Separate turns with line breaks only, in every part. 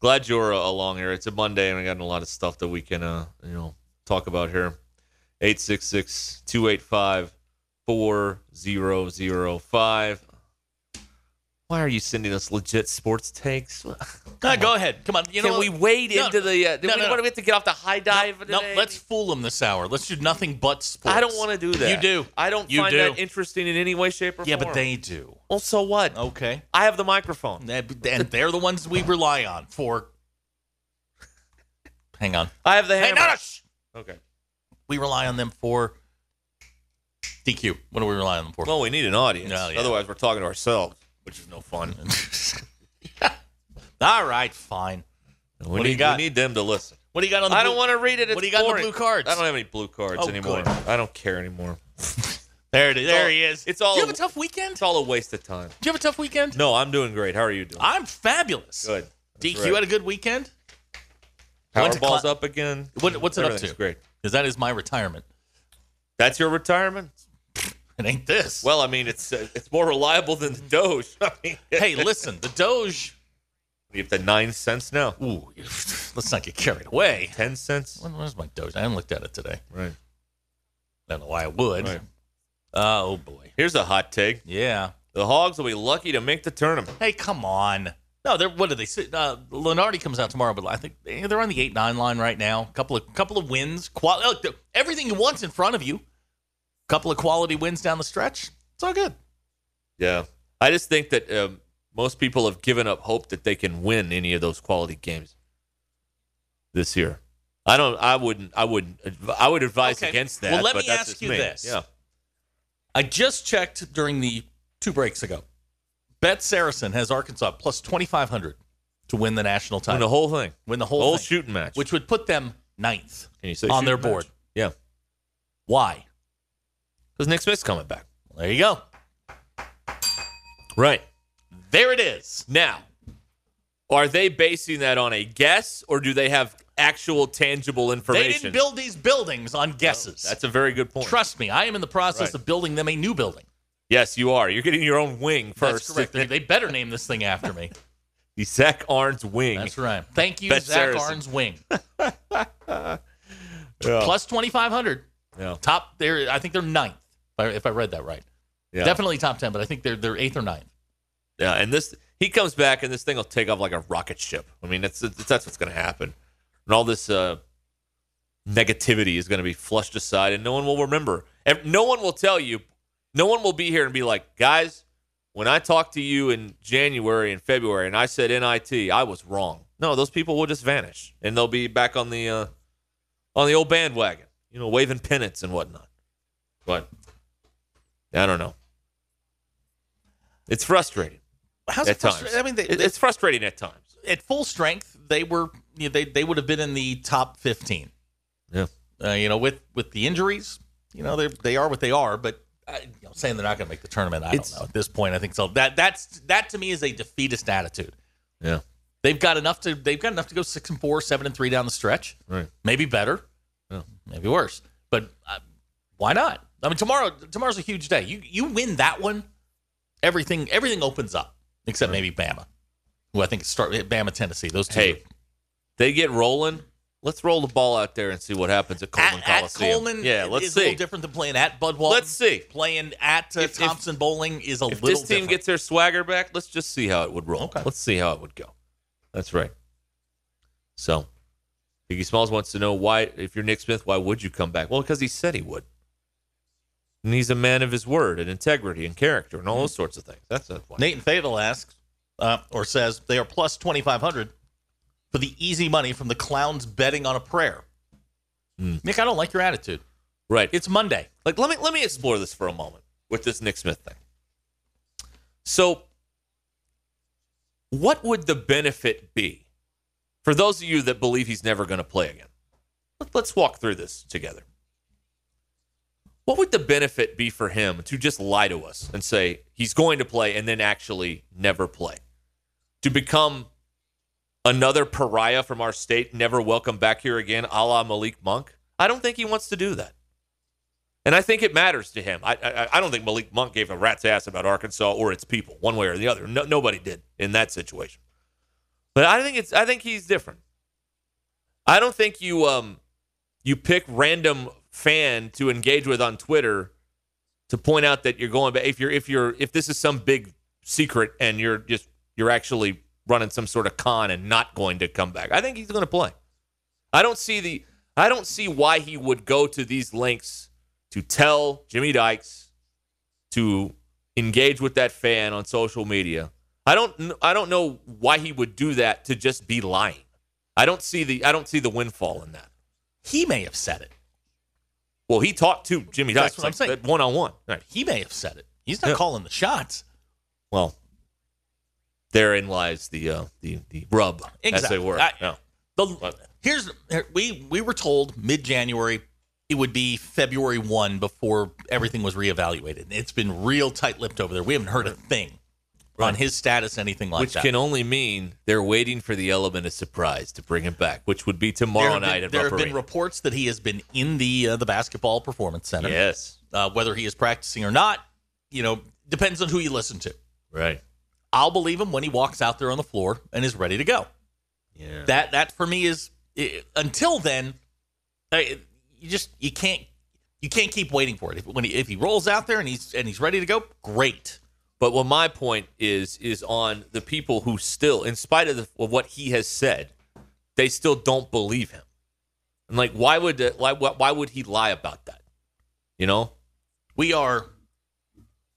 Glad you're uh, along here. It's a Monday, and we got a lot of stuff that we can, uh, you know, talk about here. 866-285-4005. Why are you sending us legit sports takes?
No, go ahead. Come on. You
Can
know
we
what?
wade
No,
into the? Uh, do
no,
we,
no,
what,
no.
do we have to get off the high dive.
No,
today?
let's fool them this hour. Let's do nothing but sports.
I don't want to do that.
You do.
I don't
You
find
do.
that interesting in any way, shape, or
Yeah,
form.
but they Oh. do.
Well, so what?
Okay.
I have the microphone.
That- And they're the ones we rely on for. Hang on.
I have the
Hey,
hammer.
no, no, shh.
Okay.
We rely on them for DQ. What do we rely on them for?
Well, we need an audience.
No, Oh, yeah.
Otherwise, we're talking to ourselves.
which is no fun. All right, fine.
We
What do
need,
you got?
We need them to listen.
What do you got on the
I don't
blue-
want to read it. It's
What do you got in the
boring.
blue cards?
I don't have any blue cards
Oh,
anymore.
good.
I don't care anymore.
There it is. There
all-
he is.
it's all-
Do you have a tough weekend?
It's all a waste of time.
Do you have a tough weekend?
No, I'm doing great. How are you doing?
I'm fabulous.
Good. That's
DQ
right.
had a good weekend. went to
Powerball's
cla-
up again.
What, what's it up
Everything's
to?
Great.
Because that is my retirement.
That's your retirement.
It ain't this.
Well, I mean, it's uh, it's more reliable than the Doge. I mean,
hey, listen, the Doge.
you have the nine cents now,
Ooh, let's not get carried away.
ten cents.
When was my Doge? I haven't looked at it today.
Right.
I don't know why I would.
Right.
Uh, oh boy.
Here's a hot take:
Yeah.
the Hogs will be lucky to make the tournament.
Hey, come on. No, they're what do they? say? Uh, Lenardi comes out tomorrow, but I think eh, they're on the eight nine line right now. Couple of couple of wins, qual- look, th- everything you want's in front of you. Couple of quality wins down the stretch. It's all good.
Yeah. I just think that um, most people have given up hope that they can win any of those quality games this year. I don't. I wouldn't. I wouldn't. adv- I would advise
Okay.
against that.
Well, let
but
me
that's
ask
just
you
me.
this.
Yeah.
I just checked during the two breaks ago. Bet Saracen has Arkansas plus twenty five hundred to win the national
Win
title.
the whole thing.
win the
The
whole,
whole
thing,
shooting match.
which would put them ninth
Can you say
on their
shooting
board.
match? Yeah.
Why?
Because Nick Smith's coming back.
There you go.
Right.
There it is.
Now, are they basing that on a guess or do they have actual tangible information? Oh,
They didn't build these buildings on guesses.
That's a very good point.
Trust me, I am in the process
Right.
of building them a new building.
Yes, you are. You're getting your own wing first.
That's correct. They, they better name this thing after me.
The Zach Arns wing.
That's right. Thank you,
Bet
Zach
Saracen.
Arn's wing.
Yeah.
Plus 2,500.
Yeah.
Top there. I think they're ninth, if I, if I read that right.
Yeah.
Definitely top 10, but I think they're, they're eighth or ninth.
Yeah, and this he comes back and this thing will take off like a rocket ship. I mean, that's that's that's what's going to happen, and all this uh, negativity is going to be flushed aside, and no one will remember. Ev- No one will tell you. No one will be here and be like, guys, when I talked to you in January and February, and I said nit, I was wrong. No, those people will just vanish, and they'll be back on the uh, on the old bandwagon, you know, waving pennants and whatnot. But I don't know. It's frustrating
How's
at
it
times.
frustrating? I mean, they,
It- it's frustrating at times.
at full strength, they were you know, they they would have been in the top fifteen.
Yeah.
uh, you know, with with the injuries, you know, they they are what they are. But I, you know, saying they're not going to make the tournament, I
It's-
don't know at this point. I think so. That that's that to me is a defeatist attitude.
Yeah.
they've got enough to they've got enough to go six and four, seven and three down the stretch.
Right.
Maybe better,
Yeah.
maybe worse. But uh, why not? I mean, tomorrow tomorrow's a huge day. You you win that one, everything everything opens up except maybe Bama. Who I think start Bama Tennessee. Those two.
Hey, they get rolling. Let's roll the ball out there and see what happens at Coleman
at, at
Coliseum.
Coleman,
yeah,
it
let's
is a
see.
little different than playing at Budwell.
Let's see.
Playing at uh,
If- if-
Thompson Bowling is a
If
little
this team
different.
gets their swagger back, let's just see how it would roll.
Okay.
Let's see how it would go. That's right. So Iggy Smalls wants to know why, if you're Nick Smith, why would you come back? Well, because he said he would. And he's a man of his word and integrity and character and all
Mm-hmm.
those sorts of things. That's not why.
Nathan Favel asks uh, or says they are plus 2500 for the easy money from the clowns betting on a prayer. Nick, I don't like your attitude.
Right.
It's Monday.
like let me let me explore this for a moment with this Nick Smith thing. So what would the benefit be for those of you that believe he's never going to play again? Let, us walk through this together. What would the benefit be for him to just lie to us and say he's going to play and then actually never play? To become another pariah from our state, never welcome back here again, a la Malik Monk? I don't think he wants to do that. And I think it matters to him. I, I I don't think Malik Monk gave a rat's ass about Arkansas or its people, one way or the other. No, nobody did in that situation. But I think it's I think he's different. I don't think you um you pick random fan to engage with on Twitter to point out that you're going back if you're if you're if this is some big secret and you're just you're actually running some sort of con and not going to come back. I think he's going to play. I don't see the I don't see why he would go to these lengths to tell Jimmy Dykes to engage with that fan on social media. I don't kn- I don't know why he would do that to just be lying. I don't see the I don't see the windfall in that.
He may have said it.
Well, he talked to Jimmy
That's
Dykes
what I'm saying.
one on one. Right.
He may have said it. He's not
Yeah.
calling the shots.
Well, therein lies the uh, the the rub as
Exactly.
they were.
I-
Yeah.
The, here's here- we we were told mid January it would be February one before everything was reevaluated. It's been real tight lipped over there. We haven't heard a thing on his status, anything like
Which
that.
can only mean they're waiting for the element of surprise to bring him back, which would be
there
tomorrow
have been,
night at
there
Rupp
have been
Arena.
reports that he has been in the uh, the basketball performance center.
Yes.
Uh, whether he is practicing or not, you know, depends on who you listen to.
Right.
I'll believe him when he walks out there on the floor and is ready to go.
Yeah.
That that for me is i until then, I, you just you can't you can't keep waiting for it. If, when he, if he rolls out there and he's and he's ready to go, great.
But what my point is is on the people who still, in spite of, the, of what he has said, they still don't believe him. And like, why would uh, why why why would he lie about that? You know,
We are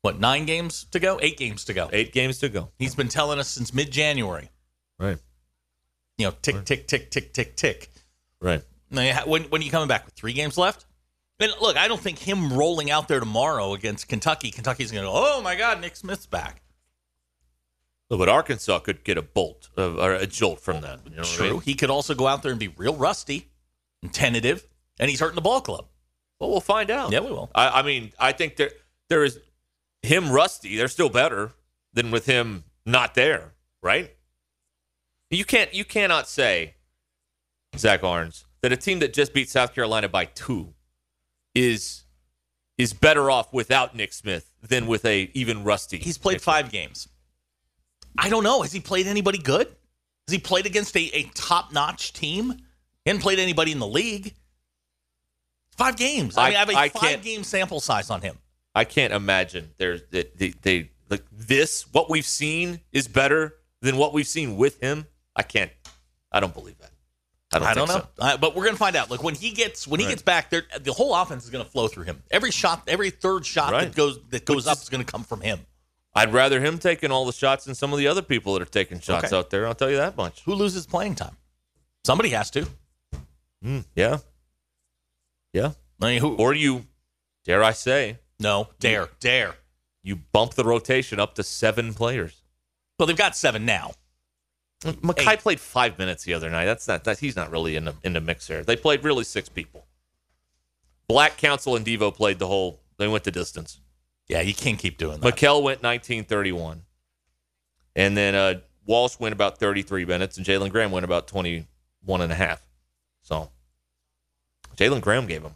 what nine games to go, eight games to go.
eight games to go.
He's been telling us since mid January.
Right.
You know, tick tick tick tick tick tick.
Right.
Now, you ha- When when are you coming back with three games left? And look, I don't think him rolling out there tomorrow against Kentucky, Kentucky's going to go, oh my God, Nick Smith's back.
But Arkansas could get a bolt uh, or a jolt from that. You know what I
True.
mean?
He could also go out there and be real rusty and tentative, and he's hurting the ball club.
Well, we'll find out.
Yeah, we will.
I, I mean, I think there there is him rusty. They're still better than with him not there, right? You can't you cannot say Zach Arnes that a team that just beat South Carolina by two is is better off without Nick Smith than with a even rusty.
He's played
Nick Smith.
five games. I don't know. Has he played anybody good? Has he played against a, a top notch team? He hasn't played anybody in the league. Five games. I,
I-
mean, I have a
I can't-
five game sample size on him.
I can't imagine there's that they, they like this. What we've seen is better than what we've seen with him. I can't. I don't believe that. I don't.
I
think
don't know,
so.
Uh, but we're gonna find out. Like when he gets when he
Right.
gets back, there the whole offense is gonna flow through him. Every shot, every third shot
Right.
that goes that goes
Which
up
is-
is gonna come from him.
I'd rather him taking all the shots than some of the other people that are taking shots
Okay.
out there. I'll tell you that much.
Who loses playing time? Somebody has to.
Mm, yeah. Yeah.
I mean, who?
Or you, dare I say,
no, dare, dare.
you bump the rotation up to seven players.
Well, they've got seven now.
Mackay
Eight.
played five minutes the other night. That's not that he's not really in the in the mix there. They played really six people. Black Council and Devo played the whole they went the distance.
Yeah, you can't keep doing that.
McKell went 1931. And then uh, Walsh went about 33 minutes, and Jalen Graham went about 21 and a half. So Jalen Graham gave him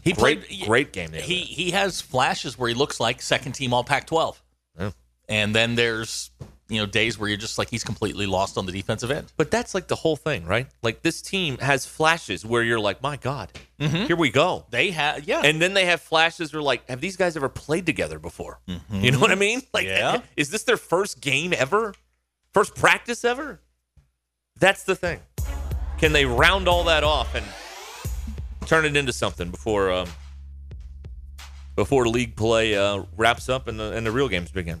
He
great,
played.
great game. the other
He
night.
he has flashes where he looks like second team All Pac-12,
Yeah.
and then there's you know days where you're just like he's completely lost on the defensive end.
But that's like the whole thing, right? Like this team has flashes where you're like, my God,
Mm-hmm.
here we go.
They have yeah.
And then they have flashes where like, have these guys ever played together before? You know what I mean? Like,
Yeah.
is this their first game ever? First practice ever? That's the thing. Can they round all that off and turn it into something before um, before league play uh, wraps up and the, and the real games begin?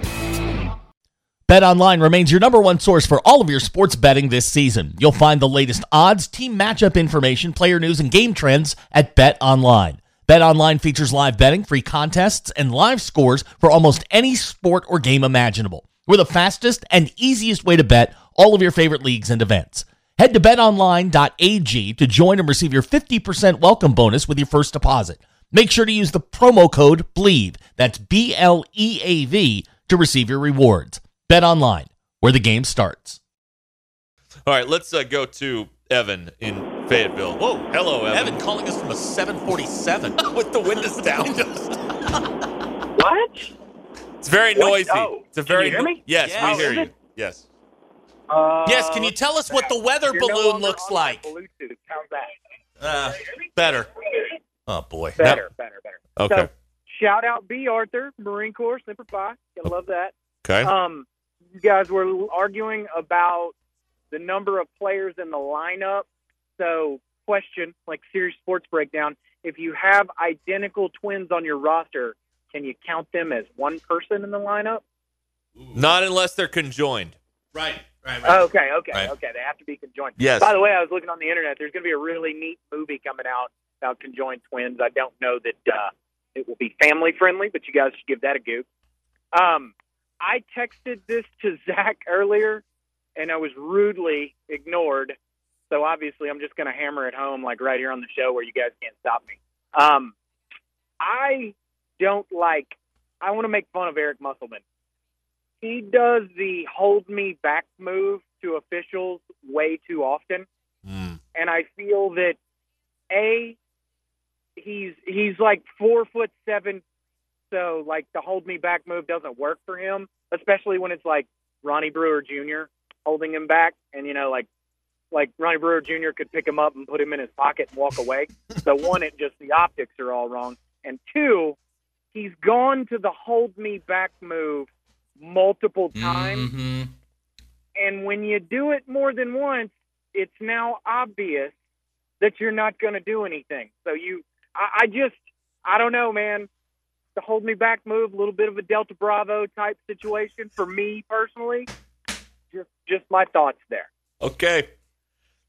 BetOnline remains your number one source for all of your sports betting this season. You'll find the latest odds, team matchup information, player news, and game trends at BetOnline. BetOnline features live betting, free contests, and live scores for almost any sport or game imaginable. We're the fastest and easiest way to bet all of your favorite leagues and events. Head to betonline.ag to join and receive your 50% welcome bonus with your first deposit. Make sure to use the promo code BLEAV, that's B L E A V, to receive your rewards. Bet online, where the game starts.
All right, let's uh, go to Evan in Fayetteville. Whoa, hello, Evan.
calling us from a 747.
with the windows down.
What?
It's very
What?
noisy.
Oh,
it's a very
can you hear me?
yes,
Yeah.
we hear
Oh, is
you.
it?
Yes.
Uh,
yes, can you tell us what the weather
you're no
balloon
longer
looks
on my
like?
Bluetooth. How's that?
Uh, better. Oh, boy.
Better, better, better.
Okay.
So, shout out B. Arthur, Marine Corps, Semper Fi. You love that.
Okay.
Um, you guys were arguing about the number of players in the lineup. So, question, like serious sports breakdown: If you have identical twins on your roster, can you count them as one person in the lineup?
Not unless they're conjoined.
Right, right,
Oh, okay, okay,
Right.
okay. They have to be conjoined.
Yes.
By the way, I was looking on the internet. There's going to be a really neat movie coming out about conjoined twins. I don't know that uh, it will be family friendly, but you guys should give that a go. Um, I texted this to Zach earlier, and I was rudely ignored. So obviously, I'm just going to hammer it home, like right here on the show, where you guys can't stop me. Um, I don't like. I want to make fun of Eric Musselman he does the hold me back move to officials way too often
Mm.
and I feel that a he's he's like four foot seven, so like the hold me back move doesn't work for him, especially when it's like Ronnie Brewer Jr. holding him back, and you know like like Ronnie Brewer Jr. could pick him up and put him in his pocket and walk away. so one, it just the optics are all wrong, and two, he's gone to the hold me back move multiple times.
Mm-hmm.
Mhm.
And when you do it more than once, it's now obvious that you're not going to do anything. So you, I, I just, I don't know, man. The hold me back move, a little bit of a Delta Bravo type situation for me personally. Just, just my thoughts there.
Okay.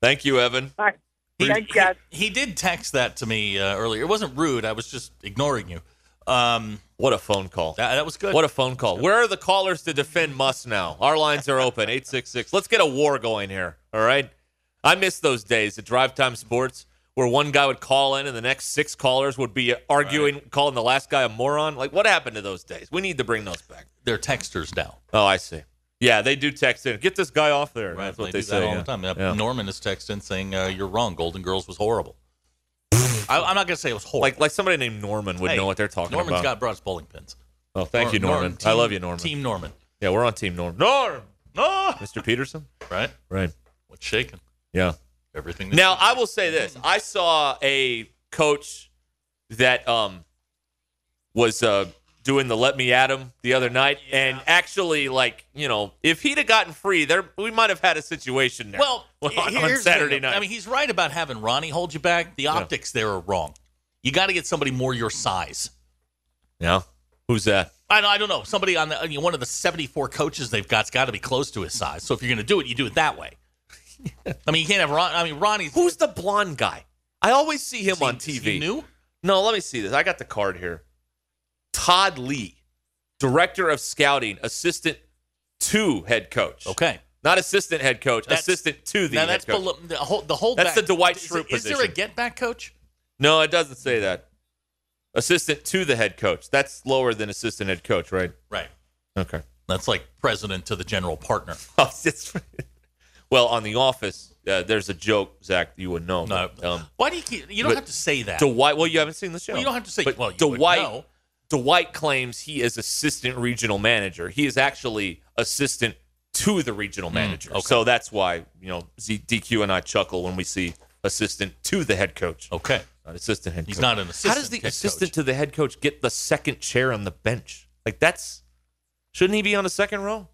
Thank you, Evan.
All right. Thanks, guys.
He, he did text that to me uh, earlier. It wasn't rude. I was just ignoring you. Um,
What a phone call.
that, that was good.
What a phone call. Where are the callers to defend Muss now? Our lines are open 866. Let's get a war going here. All right. I miss those days at Drive Time Sports where one guy would call in and the next six callers would be arguing, calling the last guy a moron. Like, what happened to those days? We need to bring those back.
They're texters now.
Oh, I see. Yeah, they do text in. Get this guy off there. That's what
they,
they,
do
say
that all
yeah.
the time. Uh,
Yeah.
Norman is texting saying, uh, "You're wrong. Golden Girls was horrible." I, I'm not gonna say it was horrible.
Like, like somebody named Norman would
Hey,
know what they're talking
Norman's
about.
got brought us bowling pins.
oh, thank
Nor-
you, Norman.
Norm-
I
team-
love you, Norman.
Team Norman.
Yeah, we're on Team Norm. Norm,
No,
Mr. Peterson.
right?
Right.
What's shaking?
Yeah.
Everything. that's-
Now I will say this: I saw a coach that um was uh doing the "Let Me At Him" the other night, and actually, like you know, if he'd have gotten free, there we might have had a situation there.
Well,
on,
here's
on
the thing,
Saturday
though.
night,
I mean, he's right about having Ronnie hold you back. The optics there are wrong. You got to get somebody more your size.
yeah. Who's that?
I don't, I don't know. Somebody on the I mean, one of the 74 coaches they've got's got to be close to his size. So if you're going to do it, you do it that way. I mean, you can't have Ron. I mean, Ronnie's
Who's the blonde guy? I always see him
is he-
on
is he
TV.
new?
No, let me see this. I got the card here. Todd Lee, director of scouting, assistant to head coach.
Okay.
Not assistant head coach,
That's-
assistant to the
now
head
that's
coach.
below the whole the whole.
That's the Dwight Schrute
is, Is there a
position.
get back coach?
no, it doesn't say that. Assistant to the head coach. That's lower than assistant head coach, right?
Right.
Okay.
That's like president to the general partner.
well, on the office, Uh, there's a joke, Zach. You would know.
No.
but, um,
Why do you keep? You don't
but
have to say that.
Dwight. Well, you haven't seen the show.
Well, you don't have to say.
But
well, you would
Dwight.
know.
Dwight claims he is assistant regional manager. He is actually assistant to the regional
Mm,
manager. So that's why you know Z- DQ and I chuckle when we see assistant to the head coach.
Okay.
Not assistant head.
He's
coach.
not an
How does
assistant
the
head
assistant
coach.
to the head coach get the second chair on the bench? Like that's shouldn't he be on the second row?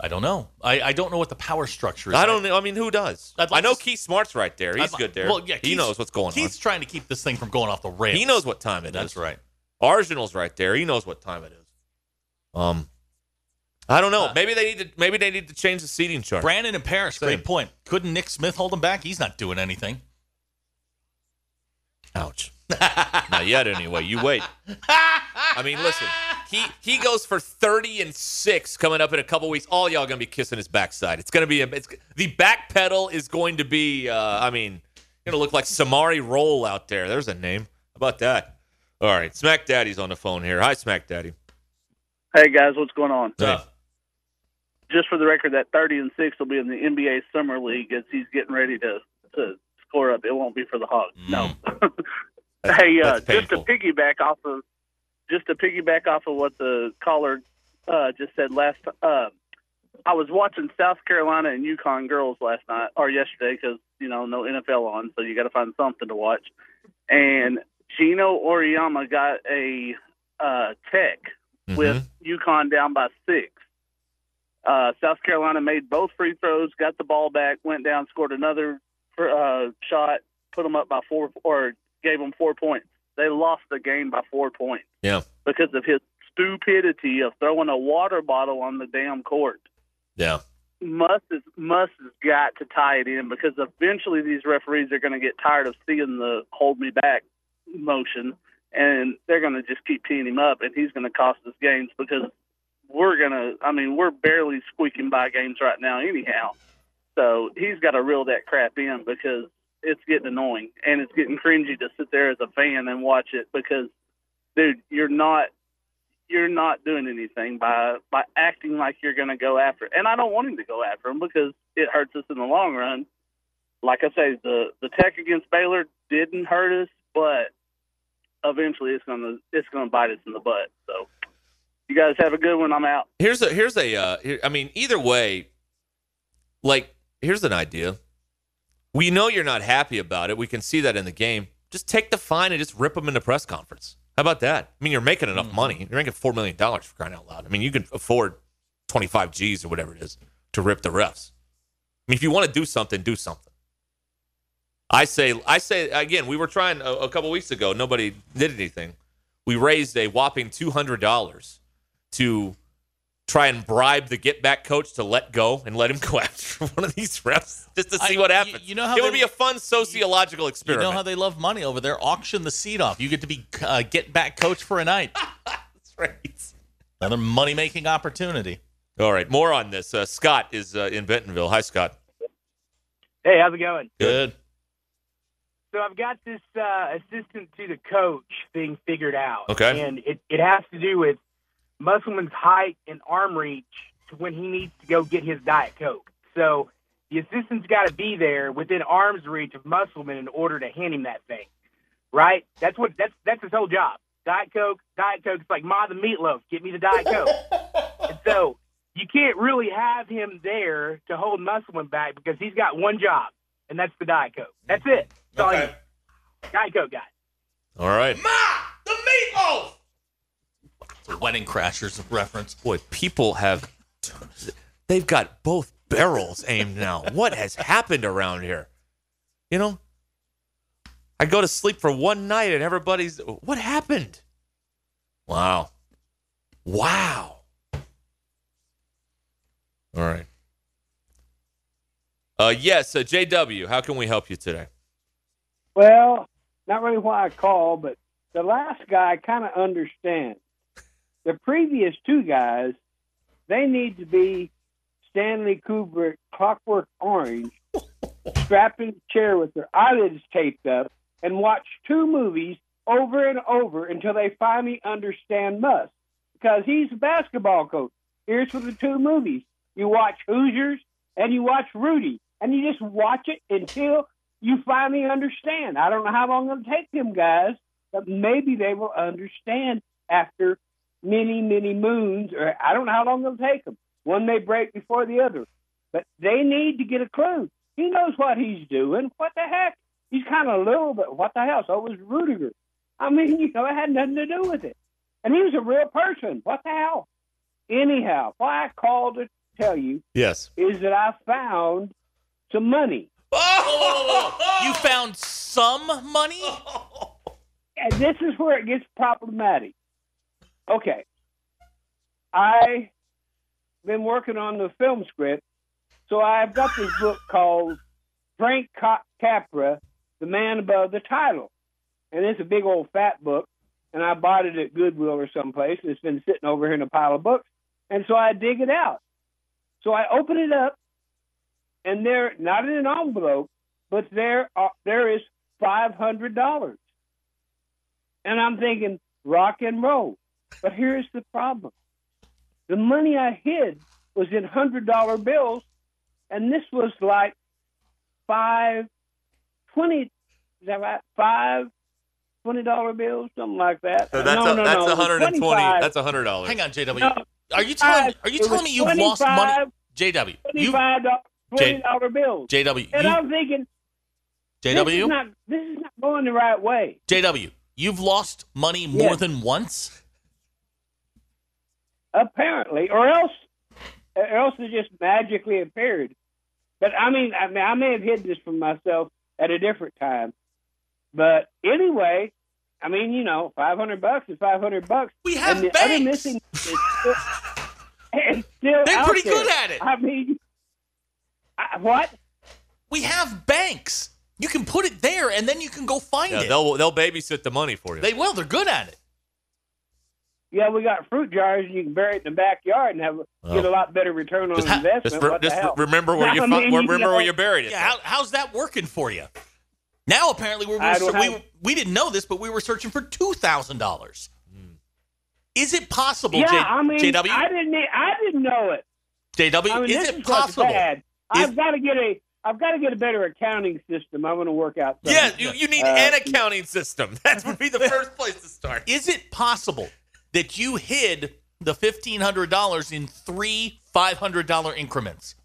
I don't know. I, I don't know what the power structure is.
I don't know. I mean, who does?
I'd like
I know
to s-
Keith Smart's right there. He's
I'd-
good there.
Well, yeah,
he
Keith's-
knows what's going
Keith's trying to keep this thing from going off the
on.
rails.
He knows what time it is.
That's right.
Arsenal's right there. He knows what time it is. Um, I don't
Uh,
know. maybe they need to. Maybe they need to change the seating chart.
Brandon and Parrish,
Same.
great point. Couldn't Nick Smith hold him back? He's not doing anything.
Ouch. Not yet, anyway. You wait. I mean, listen. He he goes for thirty and six coming up in a couple weeks. All y'all gonna be kissing his backside. It's gonna be a, it's the back pedal is going to be. Uh, I mean, gonna look like Samari Roll out there. There's a name. How about that? All right, Smack Daddy's on the phone here. Hi, Smack Daddy.
Hey guys, what's going on?
Hey.
Just for the record, that thirty and six will be in the NBA Summer League as he's getting ready to to score up. It won't be for the Hawks. No. hey, uh,
Mm. that's
just to
painful.
piggyback off of just to piggyback off of what the caller uh, just said last. Uh, I was watching South Carolina and Yukon girls last night or yesterday because you know no NFL on, so you got to find something to watch. And Gino Oriyama got a uh, tech with UConn down by six. Uh, South Carolina made both free throws, got the ball back, went down, scored another uh, shot, put them up by four, or gave them four points. They lost the game by four points
Yeah,
because of his stupidity of throwing a water bottle on the damn court.
yeah.
Must is must has got to tie it in because eventually these referees are going to get tired of seeing the hold me back motion, and they're going to just keep teeing him up, and he's going to cost us games because we're going to. I mean, we're barely squeaking by games right now, anyhow. So he's got to reel that crap in because it's getting annoying and it's getting cringy to sit there as a fan and watch it because, dude, you're not you're not doing anything by by acting like you're going to go after. And I don't want him to go after him because it hurts us in the long run. Like I say, the the tech against Baylor didn't hurt us, but eventually it's gonna it's gonna bite us in the butt. So you guys have a good one. I'm out.
Here's a here's a uh, here, I mean either way, like here's an idea. We know you're not happy about it. We can see that in the game. Just take the fine and just rip them in the press conference. How about that? I mean, you're making enough money. You're making four million dollars for crying out loud. I mean, you can afford twenty five G's or whatever it is to rip the refs. I mean, if you want to do something, do something. I say, I say again. We were trying a, a couple weeks ago. Nobody did anything. We raised a whopping two hundred dollars to try and bribe the get back coach to let go and let him go after one of these refs just to
I-
see what
you-
happens.
you know how
it would
they-
be a fun sociological
You
experiment.
know how they love money over there. Auction the seat off. You get to be uh, get back coach for a night.
That's right.
Another money making opportunity.
All right, more on this. Uh, Scott is uh, in Bentonville. Hi, Scott.
Hey, how's it going?
Good.
So I've got this uh, assistant to the coach thing figured out.
Okay.
And it, it has to do with Musselman's height and arm reach to when he needs to go get his Diet Coke. So the assistant's got to be there within arm's reach of Musselman in order to hand him that thing. Right? That's what that's that's his whole job. Diet Coke, Diet Coke. It's like Ma the meatloaf. Get me the Diet Coke. and so you can't really have him there to hold Musselman back because he's got one job, and that's the Diet Coke. That's it. That's all he
Okay.
Diet Coke guy.
All right.
The wedding crashers reference.
Boy, people have they've got both barrels aimed now. What has happened around here? You know, I go to sleep for one night and everybody's what happened? Wow. Wow. All right. Uh yes, uh, JW, how can we help you today?
Well, not really why I called, but the last guy kind of understands. The previous two guys, they need to be Stanley Kubrick, Clockwork Orange, strapped in a chair with their eyelids taped up, and watch two movies over and over until they finally understand Musk. Because he's a basketball coach. Here's for the two movies you watch Hoosiers and you watch Rudy. and you just watch it until you finally understand. I don't know how long it'll take them guys, but maybe they will understand after many, many moons, or I don't know how long it'll take them. One may break before the other, but they need to get a clue. He knows what he's doing. What the heck? He's kind of little, but what the hell? So was Rudiger. I mean, you know, it had nothing to do with it. And he was a real person. What the hell? Anyhow, why I called to tell you
Yes.
is that I found some money.
You found some money?
And this is where it gets problematic. Okay. I been working on the film script, so I've got this book called Frank Ca- Capra, The Man Above the Title. And it's a big old fat book, and I bought it at Goodwill or someplace, and it's been sitting over here in a pile of books. And so I dig it out. So I open it up, and there, not in an envelope, but there are, there is five hundred dollars, and I'm thinking rock and roll. But here's the problem: the money I hid was in hundred dollar bills, and this was like five twenty. Is that right? Five twenty dollar bills, something like that.
So that's
no,
a,
no,
that's
no, it was
120.
25.
That's $100.
Hang on, JW.
No, Uh,
are you telling are
It
you
was
telling me you've lost money?
25,
JW. You
Twenty-five dollar,
Jay-
twenty dollar bills,
JW.
and
you-
I'm thinking, This is,
JW.
not, this is not going the right way.
JW. You've lost money more
Yes.
than once?
apparently, or else, or else it just magically appeared. But I mean, I mean, I may have hid this from myself at a different time. But anyway, I mean, you know, five hundred bucks is five hundred bucks.
We have
and the
banks.
other missing is still, is still
They're
out
pretty
there.
good at it.
I mean, I, what?
We have banks. You can put it there and then you can go find
Yeah,
it.
they'll they'll babysit the money for you.
They will. They're good at it.
Yeah, we got fruit jars, and you can bury it in the backyard and have
Well.
get a lot better return on
just
investment.
just, re-
what
just
the hell?
remember where you fi-
I mean,
where-
you
remember where
know,
you buried it.
Yeah, how, how's that working for you? Now apparently we
I
were,
don't
we,
have-
we didn't know this, but we were searching for two thousand dollars. Is it possible?
Yeah,
J-
I mean,
JW,
I didn't, I didn't know it.
JW,
I mean,
is
this
it
is what's
possible?
bad.
If-
I've got to get a, I've got to get a better accounting system. I'm going to work out. something.
Yeah, you, you need
Uh,
an accounting system. That would be the first place to start.
Is it possible that you hid the fifteen hundred dollars in three five hundred dollar increments?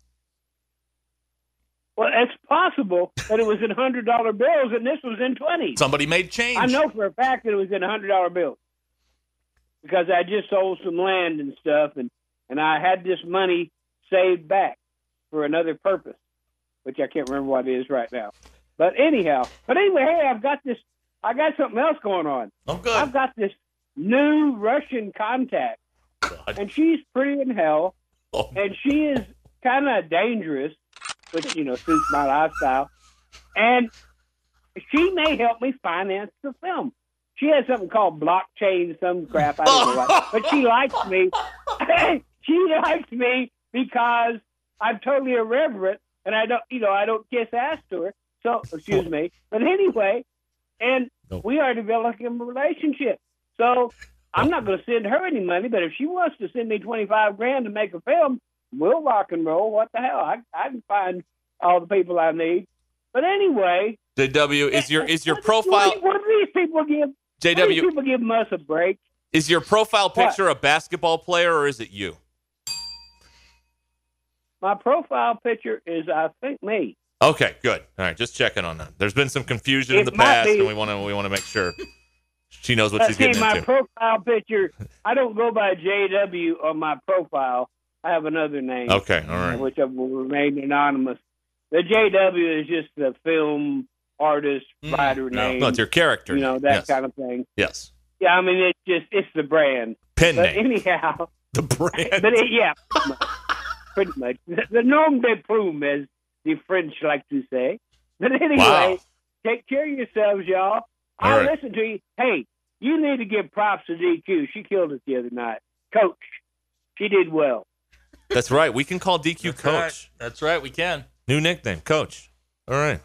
Well, it's possible that it was in hundred dollar bills and this was in twenty.
Somebody made change.
I know for a fact that it was in hundred dollar bills because I just sold some land and stuff, and and I had this money saved back for another purpose, which I can't remember what it is right now. But anyhow, but anyway, hey, I've got this. I got something else going on.
Oh, good.
I've got this new Russian contact, and she's pretty in hell,
Oh.
and she is kind of dangerous, which you know suits my lifestyle. And she may help me finance the film. She has something called blockchain, some crap I don't know what, but she likes me. she likes me because I'm totally irreverent, and I don't, you know, I don't kiss ass to her. So excuse me, but anyway, and we are developing a relationship. So I'm not going to send her any money, but if she wants to send me 25 grand to make a film, we'll rock and roll. What the hell? I, I can find all the people I need. But anyway,
JW is your is your
what- what-
profile
What do these people give? What do these
JW
people give us a break?
is your profile picture a basketball player or is it you?
My profile picture is, I think, me.
Okay, good. All right, just checking on that. There's been some confusion in
It
the
might
past,
be-
and we want to we want to make sure she knows what
But
she's
see,
getting
my
into.
profile picture, I don't go by JW on my profile. I have another name,
okay, all right.
which I will remain anonymous. The JW is just the film artist, writer
Mm, No,
name.
no, it's your character.
you know, that
yes.
kind of thing.
yes.
Yeah, I mean, it's just, it's the brand.
Pen
But
name.
anyhow,
The brand.
but it, yeah, pretty much. pretty much. The, the nom de plume, as the French like to say. But anyway,
Wow.
take care of yourselves, y'all.
All
I
right.
listen to you. Hey, you need to give props to DQ. She killed it the other night. Coach, she did well.
That's right. We can call DQ
That's
coach.
right. That's right. We can.
New nickname, coach. All right.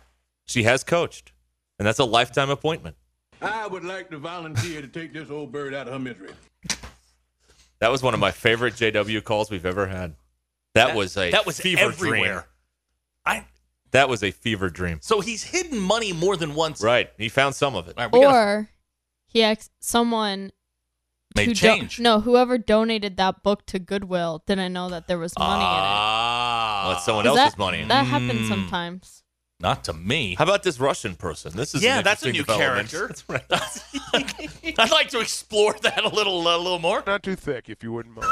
She has coached, and that's a lifetime appointment.
I would like to volunteer to take this old bird out of her misery.
That was one of my favorite JW calls we've ever had. That, was a
that was
fever
everywhere.
dream.
I
That was a fever dream.
So he's hidden money more than once.
Right. He found some of it.
All right, we gotta
Or he ex- someone
Made
who do-
change.
no, whoever donated that book to Goodwill didn't know that there was money in it.
Ah,
Well, it's someone
'Cause
else's
that,
money.
That happens
Mm.
sometimes.
not to me.
How about this Russian person? This is
yeah,
an
that's a
interesting
new
development.
character.
That's right.
I'd like to explore that a little, a little more.
Not too thick, if you wouldn't mind.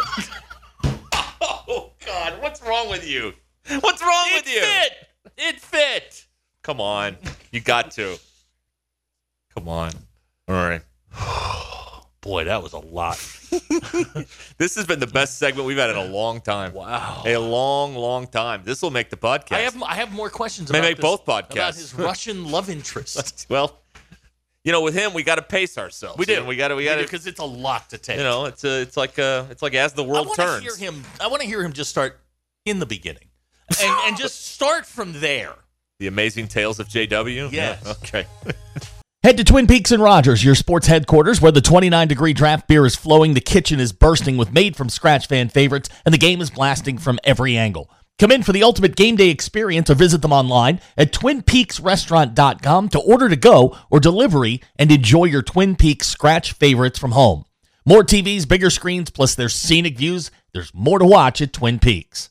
Oh God, what's wrong with you? What's wrong
It
with you?
fit. It fit.
Come on, you got to. Come on. All right.
Boy, that was a lot.
This has been the best segment we've had in a long time.
Wow.
A long, long time. This will make the podcast.
I have, I have more questions.
May
about
make
this-
both
about
podcasts.
his Russian love interest.
well, you know, with him, we got to pace ourselves.
We do.
And We got to. We got to.
because it's a lot to take.
You know, it's a, It's like uh It's like as the
I
world
want to
turns.
hear him. I want to hear him just start in the beginning, and and just start from there.
The amazing tales of JW.
Yes.
Yeah, Okay.
Head to Twin Peaks and Rogers, your sports headquarters, where the 29 degree draft beer is flowing, the kitchen is bursting with made from scratch fan favorites, and the game is blasting from every angle. Come in for the ultimate game day experience or visit them online at twinpeaksrestaurant.com to order to go or delivery and enjoy your Twin Peaks scratch favorites from home. More TVs, bigger screens, plus their scenic views. There's more to watch at Twin Peaks.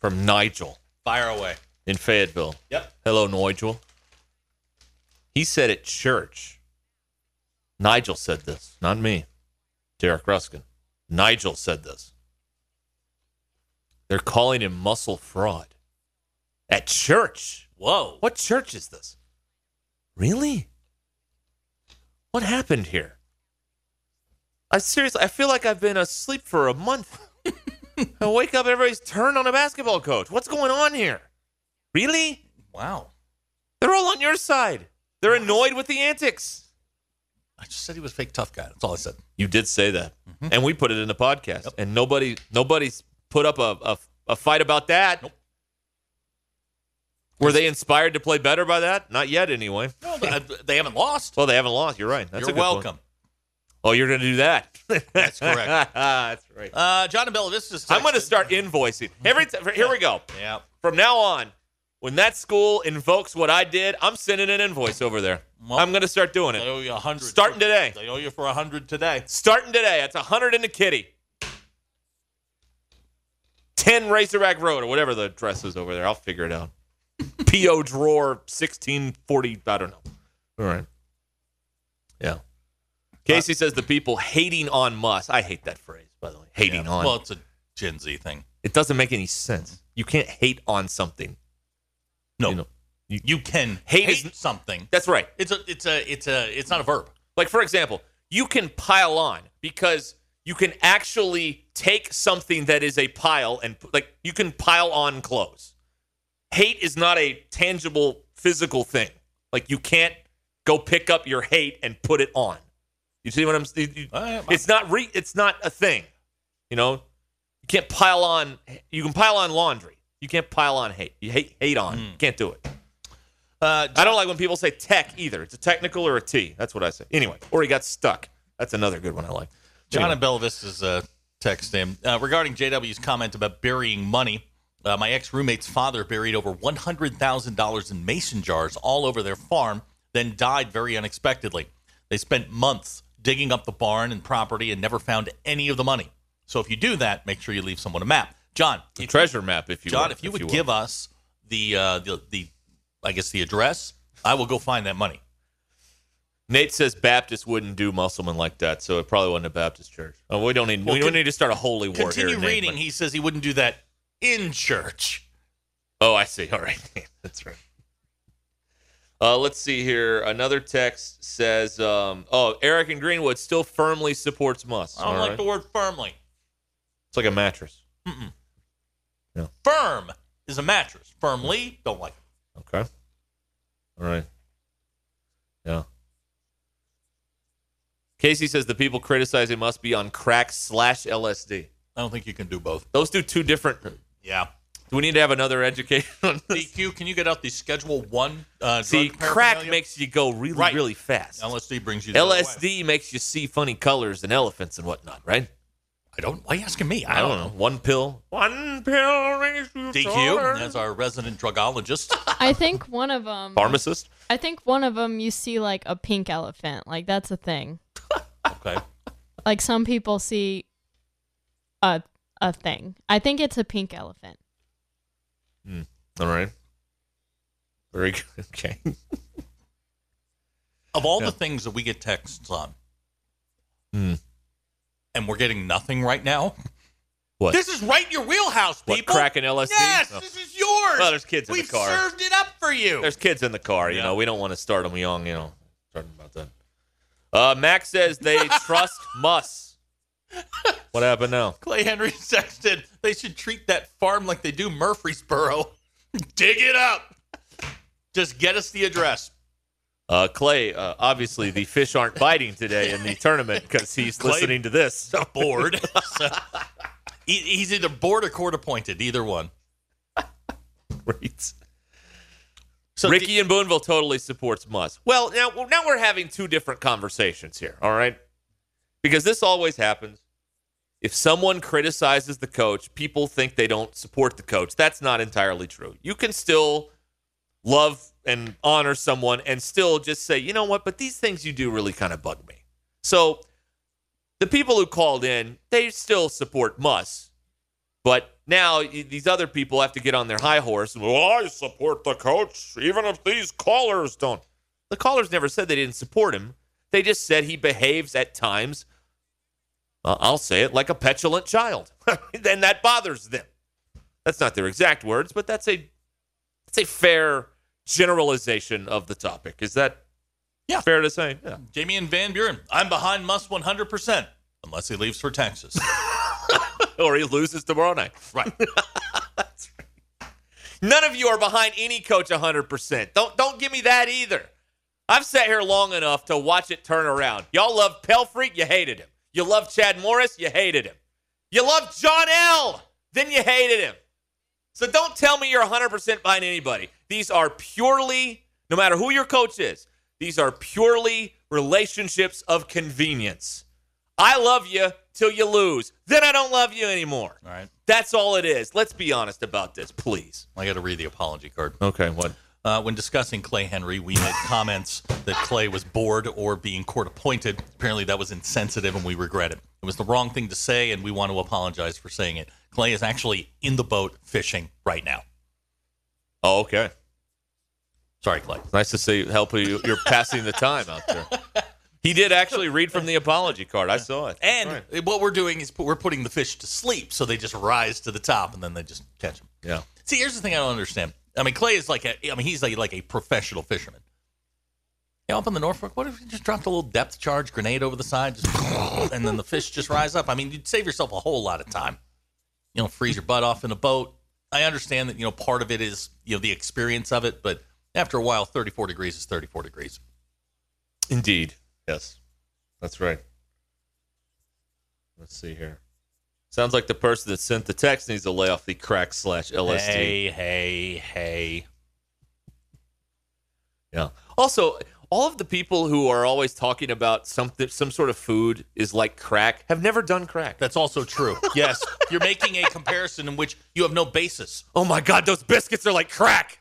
from Nigel
fire away.
in Fayetteville.
Yep.
Hello, Nigel. He said at church. Nigel said this, not me. Derek Ruskin. Nigel said this. They're calling him muscle fraud. At church.
Whoa.
What church is this? Really? What happened here? I seriously, I feel like I've been asleep for a month. I wake up, everybody's turned on a basketball coach. What's going on here? Really?
Wow.
They're all on your side. They're annoyed with the antics.
I just said he was a fake tough guy. That's all I said. Mm-hmm.
You did say that, and we put it in the podcast, and nobody, nobody's put up a, a, a fight about that. Were they inspired to play better by that? Not yet, anyway.
No, they, they haven't lost.
Well, they haven't lost. You're right. That's a
You're
good point.
welcome.
Oh, you're going to do that.
That's correct.
That's right.
Uh, John and Bella, this is.
I'm going to start invoicing. Every t- here we go.
Yeah.
From now on, when that school invokes what I did, I'm sending an invoice over there.
Well,
I'm going to start doing
They
it.
owe you a hundred.
Starting today.
They owe you for a hundred today.
Starting today, it's 100 in the kitty. 10 Razorback Road or whatever the address is over there. I'll figure it out. P.O. Drawer 1640. I don't know. All right.
Uh,
Yeah. Casey says the people hating on Musk. I hate that phrase, by the way. Hating on.
Well, it's a Gen Z thing.
It doesn't make any sense. You can't hate on something.
No,
You know,
you, you can
Hate
hate,
is-
something.
That's right.
It's a, it's a, it's a, it's not a verb.
Like for example, you can pile on because you can actually take something that is a pile and like you can pile on clothes. Hate is not a tangible physical thing. Like you can't go pick up your hate and put it on. You see what I'm you- you-
Uh,
It's not re it's not a thing. You know, you can't pile
Hmm.
on you can pile on laundry. You can't pile on hate. You hate hate on. You can't do it.
Uh,
I don't like when people say tech either. It's a technical or a T. That's what I say. Anyway, or he got stuck. That's another good one I like.
John
Anyway.
and Belvis is uh, text him uh, regarding JW's comment about burying money. Uh, my ex roommate's father buried over one hundred thousand dollars in mason jars all over their farm, then died very unexpectedly. They spent months digging up the barn and property and never found any of the money. So if you do that, make sure you leave someone a map. John,
a treasure map, if you
John,
will,
if you
if
would
you will.
give us the uh, the the, I guess the address, I will go find that money.
Nate says Baptist wouldn't do Musselman like that, so it probably wasn't a Baptist church. Oh, we don't need
Well,
we
con-
don't need to start a holy war
Continue
here. Nate,
reading. He says he wouldn't do that in church.
but- oh, I see. All right, that's right. Uh, let's see here. Another text says, um, "Oh, Eric in Greenwood still firmly supports Muss."
I don't
All
like
right.
the word firmly.
It's like a mattress.
Mm-mm.
No.
Firm is a mattress. Firmly, don't like it.
Okay. All right. Yeah. Casey says the people criticizing must be on crack slash LSD.
I don't think you can do both.
Those do two different.
Yeah.
Do we need to have another education? on this?
DQ, can you get out the Schedule One? Uh,
See,
drug
crack
paraphernalia?
makes you go really,
Right.
really fast.
LSD brings you. the other way.
LSD makes you see funny colors and elephants and whatnot, right?
I don't. Why are you asking me?
I don't know. One pill. One pill
DQ, that's our resident drugologist,
I think one of them.
Pharmacist.
I think one of them you see like a pink elephant. Like that's a thing.
Okay.
Like some people see a a thing. I think it's a pink elephant.
Hmm. All right. Very good. Okay.
of all
Yeah.
the things that we get texts on,
Hmm.
and we're getting nothing right now.
What?
This is right in your wheelhouse,
What,
people.
crack and LSD?
Yes,
Oh.
this is yours.
Well, there's kids in the
We've
car.
served it up for you.
There's kids in the car. You
Yeah.
know, we don't want to start them young. You know, starting about that. Uh, Max says they trust Muss. What happened now?
Clay Henry Sexton. They should treat that farm like they do Murfreesboro. Dig it up. Just get us the address.
Uh, Clay, uh, obviously the fish aren't biting today in the tournament because he's
Clay-
listening to this. So
Bored. So, he- he's either bored or court appointed, either one.
Great. Ricky and Boonville totally supports Muss. Well, now now we're having two different conversations here. All right, because this always happens. If someone criticizes the coach, people think they don't support the coach. That's not entirely true. You can still love and honor someone and still just say, you know what, but these things you do really kind of bug me. So the people who called in, they still support Muss. But now y- these other people have to get on their high horse. and, Well, I support the coach, even if these callers don't. The callers never said they didn't support him. They just said he behaves at times, uh, I'll say it, like a petulant child. then that bothers them. That's not their exact words, but that's a that's a fair generalization of the topic. Is that
Yeah.
fair to say? Yeah.
Jamie and Van Buren. I'm behind Muss 100%, unless he leaves for Texas.
or he loses tomorrow night.
Right.
None of you are behind any coach 100%. Don't don't give me that either. I've sat here long enough to watch it turn around. Y'all love Pelfrey, you hated him. You love Chad Morris, you hated him. You love John L, then you hated him. So don't tell me you're 100% behind anybody. These are purely, no matter who your coach is, these are purely relationships of convenience. I love you till you lose. Then I don't love you anymore.
All right.
That's all it is. Let's be honest about this, please.
I got to read the apology card.
Okay, what?
Uh, when discussing Clay Henry, we made comments that Clay was bored or being court appointed. Apparently, that was insensitive, and we regret it. It was the wrong thing to say, and we want to apologize for saying it. Clay is actually in the boat fishing right now.
Oh, okay.
Sorry, Clay.
Nice to see help you. You're passing the time out there. He did actually read from the apology card. I saw it.
And what we're doing is pu- we're putting the fish to sleep, so they just rise to the top, and then they just catch them.
Yeah.
See, here's the thing I don't understand. I mean, Clay is like a, I mean, he's like, like a professional fisherman. You know, up on the Norfolk, what if you just dropped a little depth charge grenade over the side, just, and then the fish just rise up? I mean, you'd save yourself a whole lot of time. You know, freeze your butt off in a boat. I understand that, you know, part of it is, you know, the experience of it, but after a while, 34 degrees is 34 degrees.
Indeed. Yes. That's right. Let's see here. Sounds like the person that sent the text needs to lay off the crack slash LSD.
Hey, hey, hey.
Yeah. Also, all of the people who are always talking about something, some sort of food is like crack, have never done crack.
That's also true. yes, you're making a comparison in which you have no basis.
Oh my God, those biscuits are like crack.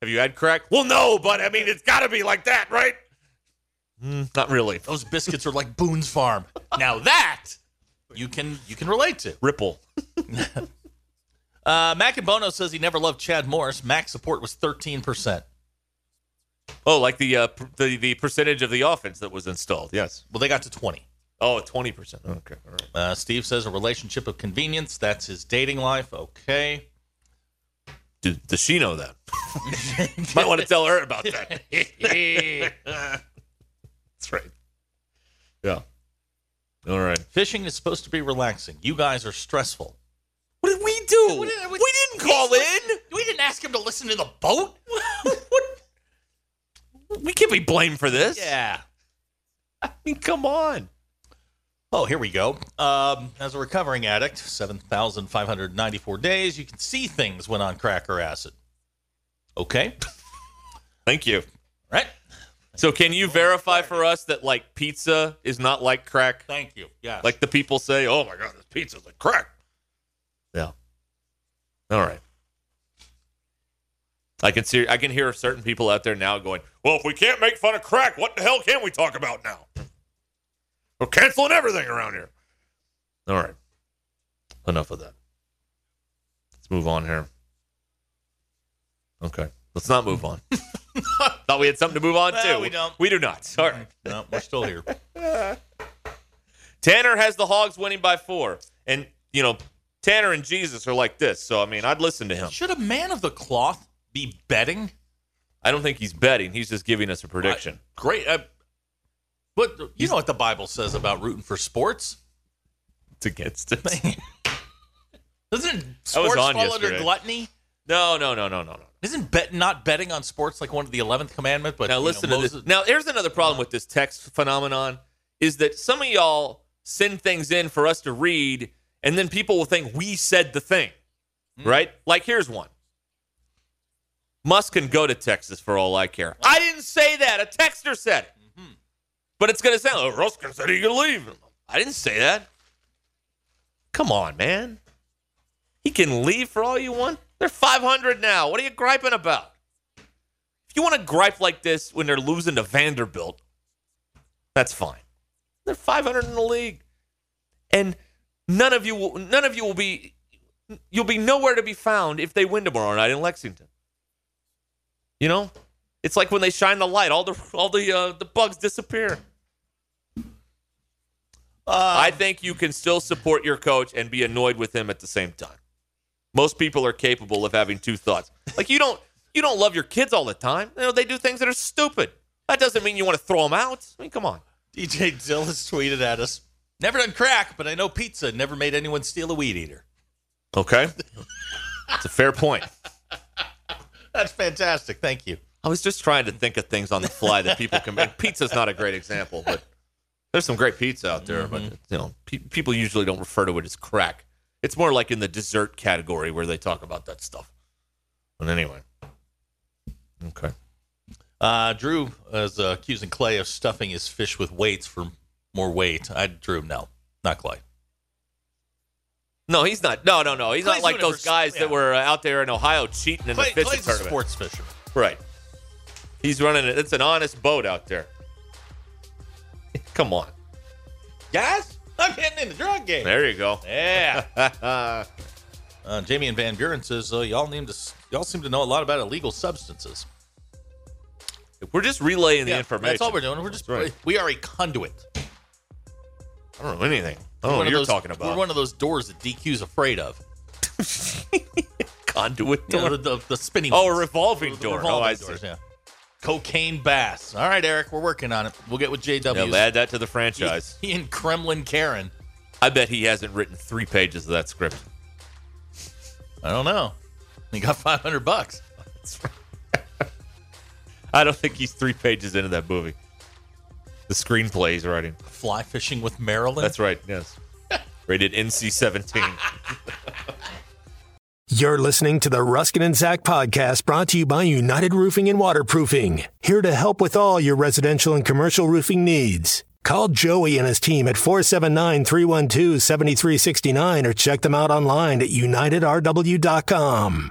Have you had crack? Well, no, but I mean, it's got to be like that, right? Mm, not really.
Those biscuits are like Boone's Farm. Now that you can you can relate to.
Ripple.
Uh, Mac and Bono says he never loved Chad Morris. Mac support was 13%.
Oh, like the uh, per- the the percentage of the offense that was installed. Yes.
Well, they got to 20.
Oh, 20%. Okay. All right.
Uh, Steve says a relationship of convenience. That's his dating life. Okay.
Do, does she know that? Might want to tell her about that. That's right. Yeah. All right.
Fishing is supposed to be relaxing. You guys are stressful.
What did we do?
we didn't- we-
didn't call in.
We didn't ask him to listen to the boat.
We can't be blamed for this.
Yeah.
I mean, come on.
Oh, here we go. Um, as a recovering addict, 7,594 days, you can see things when on crack or acid. Okay.
Thank you.
Right.
So, can you verify for us that like pizza is not like crack?
Thank you. Yeah.
Like the people say, "Oh my God, this pizza's like crack." Yeah. All right. I can see. I can hear certain people out there now going, "Well, if we can't make fun of crack, what the hell can we talk about now?" We're canceling everything around here. All right. Enough of that. Let's move on here. Okay. Let's not move on. Thought we had something to move on
Well,
to.
we don't.
We do not. Sorry.
no, we're still here.
Tanner has the Hogs winning by four. And, you know, Tanner and Jesus are like this. So, I mean, I'd listen to him.
Should a man of the cloth be betting?
I don't think he's betting. He's just giving us a prediction.
Great. Uh, but you know what the Bible says about rooting for sports?
It's against us.
Doesn't
I was
sports
on
fall
yesterday.
under gluttony?
No, no, no, no, no, no.
Isn't bet not betting on sports like one of the eleventh commandment? But
Now,
you
listen
know,
to
Moses-
this. Now, here's another problem with this text phenomenon is that some of y'all send things in for us to read, and then people will think we said the thing,
Mm.
right? Like, here's one. Musk can go to Texas for all I care. I didn't say that. A texter said it.
Mm-hmm.
But it's going to sound, oh, Ruskin said he could leave. I didn't say that. Come on, man. He can leave for all you want. They're 500 now. What are you griping about? If you want to gripe like this when they're losing to Vanderbilt, that's fine. They're 500 in the league, and none of you will none of you will be you'll be nowhere to be found if they win tomorrow night in Lexington. You know, it's like when they shine the light, all the all the uh, the bugs disappear. I think you can still support your coach and be annoyed with him at the same time. Most people are capable of having two thoughts. Like you don't you don't love your kids all the time. You know, they do things that are stupid. That doesn't mean you want to throw them out. I mean, come on.
DJ Dill has tweeted at us. Never done crack, but I know pizza never made anyone steal a weed eater.
Okay. It's a fair point.
That's fantastic. Thank you.
I was just trying to think of things on the fly that people can. and pizza's not a great example, but there's some great pizza out there. But you know, pe- people usually don't refer to it as crack. It's more like in the dessert category where they talk about that stuff. But anyway, okay.
Uh, Drew is uh, accusing Clay of stuffing his fish with weights for more weight. I Drew, no, not Clay.
No, he's not. No, no, no. He's
Clay's
not like
doing it
those
for-
guys
yeah.
that were uh, out there in Ohio cheating in
Clay,
the fishing
Clay's a
tournament.
sports fisher.
Right. He's running it. It's an honest boat out there. Come on.
Guys, I'm getting in the drug game.
There you go.
Yeah. uh, Jamie and Van Buren says uh, y'all need to y'all seem to know a lot about illegal substances.
We're just relaying the
Yeah,
information.
That's all we're doing. We're just
That's right.
we are a conduit.
I don't know anything. I
We're
don't know
one
what
of
you're
those-
talking
We're
about.
one of those doors that DQ's afraid of.
Conduit
You know,
door.
the, the, the spinning.
oh, a
ones.
revolving
The
door.
revolving
oh, I see.
doors, yeah. Cocaine bass. All right, Eric, we're working on it. We'll get with
Yeah,
JW.
add that to the franchise.
he, he and Kremlin Karen.
I bet he hasn't written three pages of that script.
I don't know. He got 500 bucks.
I don't think he's three pages into that movie. The screenplay he's writing.
Fly fishing with Maryland.
That's right. Yes. Rated NC 17.
You're listening to the Ruskin and Zach podcast brought to you by United Roofing and Waterproofing, here to help with all your residential and commercial roofing needs. Call Joey and his team at 479 312 7369 or check them out online at unitedrw.com.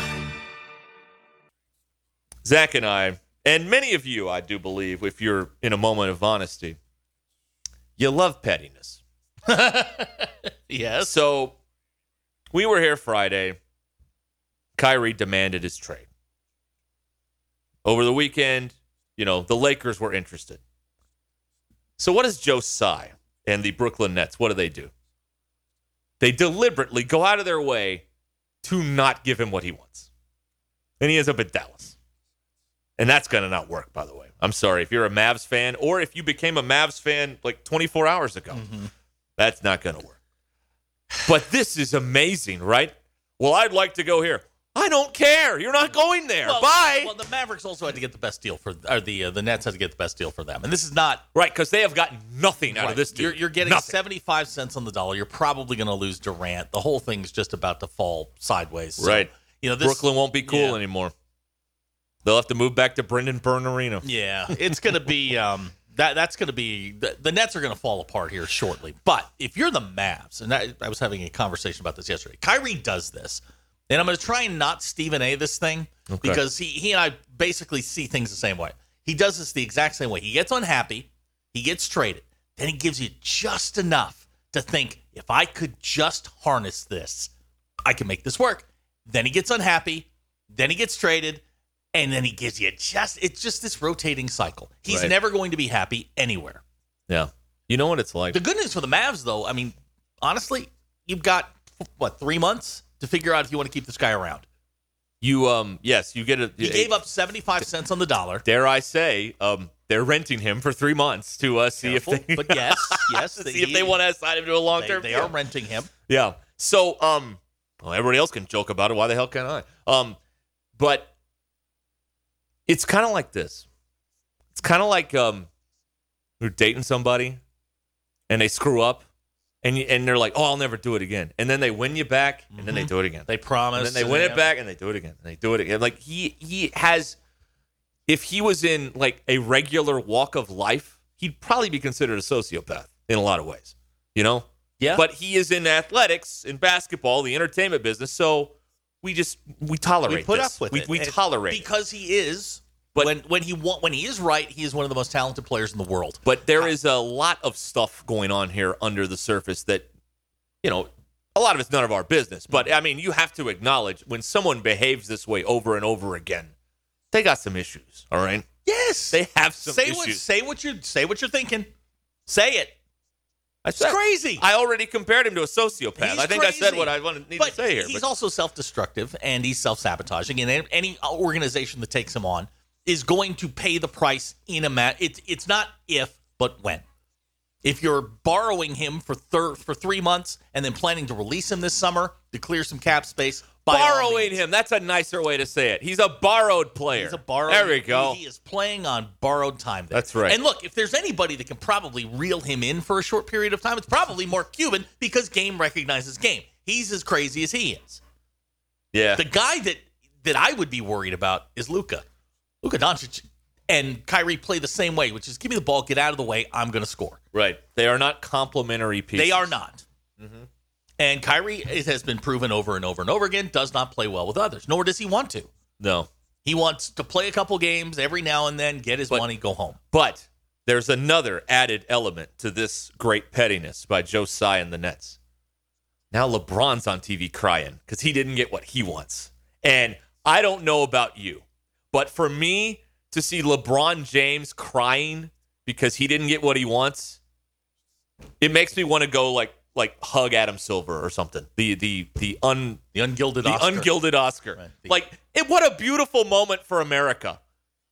Zach and I, and many of you, I do believe, if you're in a moment of honesty, you love pettiness. yes. So we were here Friday. Kyrie demanded his trade. Over the weekend, you know, the Lakers were interested. So what does Joe Tsai and the Brooklyn Nets, what do they do? They deliberately go out of their way to not give him what he wants. And he ends up at Dallas. And that's going to not work, by the way. I'm sorry. If you're a Mavs fan or if you became a Mavs fan like 24 hours ago,
Mm-hmm.
that's not going to work. But this is amazing, right? Well, I'd like to go here. I don't care. You're not going there.
Well,
Bye.
Well, the Mavericks also had to get the best deal for, or the uh, the Nets had to get the best deal for them, and this is not
right because they have gotten nothing out of this deal.
You're, you're getting
Nothing.
seventy five cents on the dollar. You're probably going to lose Durant. The whole thing's just about to fall sideways. So,
right.
You know, this,
Brooklyn won't be cool
Yeah.
anymore. They'll have to move back to Brendan Byrne Arena.
Yeah, it's going to be um that that's going to be the, the Nets are going to fall apart here shortly. But if you're the Mavs, and I, I was having a conversation about this yesterday, Kyrie does this, and I'm going to try and not Stephen A. this thing
Okay.
because he he and I basically see things the same way. He does this the exact same way. He gets unhappy, he gets traded, then he gives you just enough to think if I could just harness this, I can make this work. Then he gets unhappy, then he gets traded, and then he gives you just it's just this rotating cycle. He's
Right.
never going to be happy anywhere.
Yeah. You know what it's like.
The good news for the Mavs though, I mean, honestly, you've got what, 3 months to figure out if you want to keep this guy around.
You um yes, you get a
He gave up 75 cents on the dollar.
dare I say, um they're renting him for 3 months to uh, see if they
But yes, yes,
see if they want to assign him to a long-term
They,
deal.
are renting him.
Yeah. So um well, everybody else can joke about it. Why the hell can't I? Um but it's kind of like this. It's kind of like um you're dating somebody and they screw up and you, and they're like, "Oh, I'll never do it again." And then they win you back and then they do it again.
They
And
promise.
then they
and
win
they
it
have-
back and they do it again. And they do it again. Like he he has if he was in like a regular walk of life, he'd probably be considered a sociopath in a lot of ways. You know?
Yeah.
But he is in athletics, in basketball, the entertainment business, so we just we tolerate
we put
this.
up with
we,
it.
We
And
tolerate it.
because he is. But when when he want, when he is right, he is one of the most talented players in the world.
But there is a lot of stuff going on here under the surface that, you know, a lot of it's none of our business. But I mean, you have to acknowledge when someone behaves this way over and over again, they got some issues. All right.
Yes,
they have some
say
issues.
what say what you say what you're thinking. Say it.
I
It's crazy.
I already compared him to a sociopath.
He's
I think I said
crazy.
what I wanted need
but
to say here.
he's
but-
also self-destructive and he's self-sabotaging, and any- any organization that takes him on is going to pay the price in a mat. It's it's not if but when. If you're borrowing him for thir- for three months and then planning to release him this summer to clear some cap space, by all
borrowing him. That's a nicer way to say it. He's a borrowed player.
He's a borrowed.
There we go.
He is playing on borrowed time. There.
That's right.
And look, if there's anybody that can probably reel him in for a short period of time, it's probably Mark Cuban because game recognizes game. He's as crazy as he is.
yeah.
The guy that that I would be worried about is Luca. Luca Doncic and Kyrie play the same way, which is give me the ball, get out of the way, I'm going to score.
right. They are not complimentary pieces. Mm-hmm.
They are not. And Kyrie, it has been proven over and over and over again, does not play well with others, nor does he want to.
No.
He wants to play a couple games every now and then, get his money, go home.
But there's another added element to this great pettiness by Joe Tsai and the Nets. Now LeBron's on TV crying because he didn't get what he wants. And I don't know about you, but for me to see LeBron James crying because he didn't get what he wants, it makes me want to go like, like hug Adam Silver or something. The the the un
the ungilded
the
Oscar.
ungilded Oscar. Like it, what a beautiful moment for America.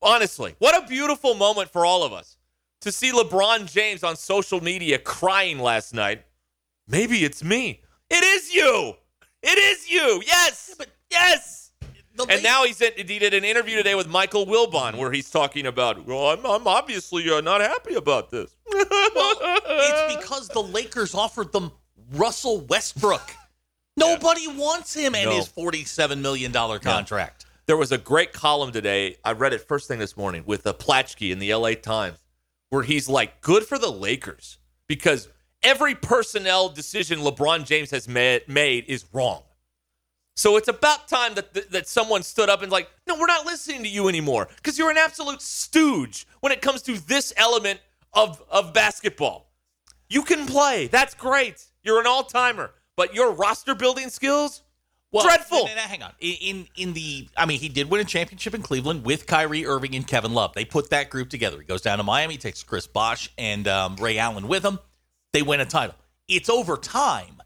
Honestly, what a beautiful moment for all of us to see LeBron James on social media crying last night. Maybe it's me. It is you. It is you. Yes. yes. And now he's in, he did an interview today with Michael Wilbon where he's talking about, well, I'm, I'm obviously uh, not happy about this.
well, it's because the Lakers offered them Russell Westbrook. Nobody wants him and
No.
his forty-seven million dollar contract.
There was a great column today. I read it first thing this morning with a Platchkey in the LA Times where he's like, good for the Lakers because every personnel decision LeBron James has ma- made is wrong. So it's about time that, that, that someone stood up and like, no, we're not listening to you anymore because you're an absolute stooge when it comes to this element of, of basketball. You can play. That's great. You're an all-timer. But your roster building skills, dreadful.
no, no, no, hang on. In, in in the, I mean, he did win a championship in Cleveland with Kyrie Irving and Kevin Love. They put that group together. He goes down to Miami, takes Chris Bosh and um, Ray Allen with him. They win a title. It's over time.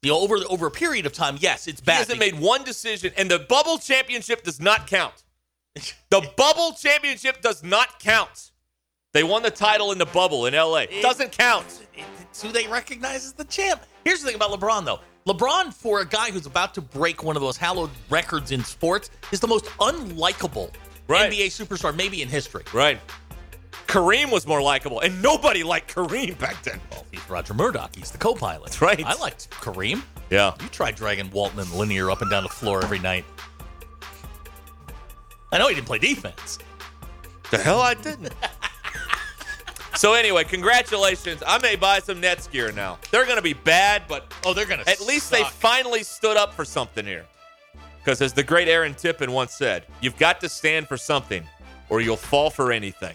You know, over over a period of time, yes, it's bad.
He hasn't made one decision, and the bubble championship does not count. The bubble championship does not count. They won the title in the bubble in LA. Doesn't count.
It's who they recognize as the champ. Here's the thing about LeBron, though. LeBron, for a guy who's about to break one of those hallowed records in sports, is the most unlikable NBA superstar maybe in history.
Right. Kareem was more likable, and nobody liked Kareem back then.
He's Roger Murdoch. He's the co-pilot. That's
right.
I liked Kareem.
Yeah.
You tried dragging Walton and Linear up and down the floor every night. I know he didn't play defense.
The hell I didn't. so anyway, congratulations. I may buy some Nets gear now. They're gonna be bad, but
oh, they're gonna.
At least they
suck.
finally stood up for something here. Because as the great Aaron Tippin once said, you've got to stand for something, or you'll fall for anything.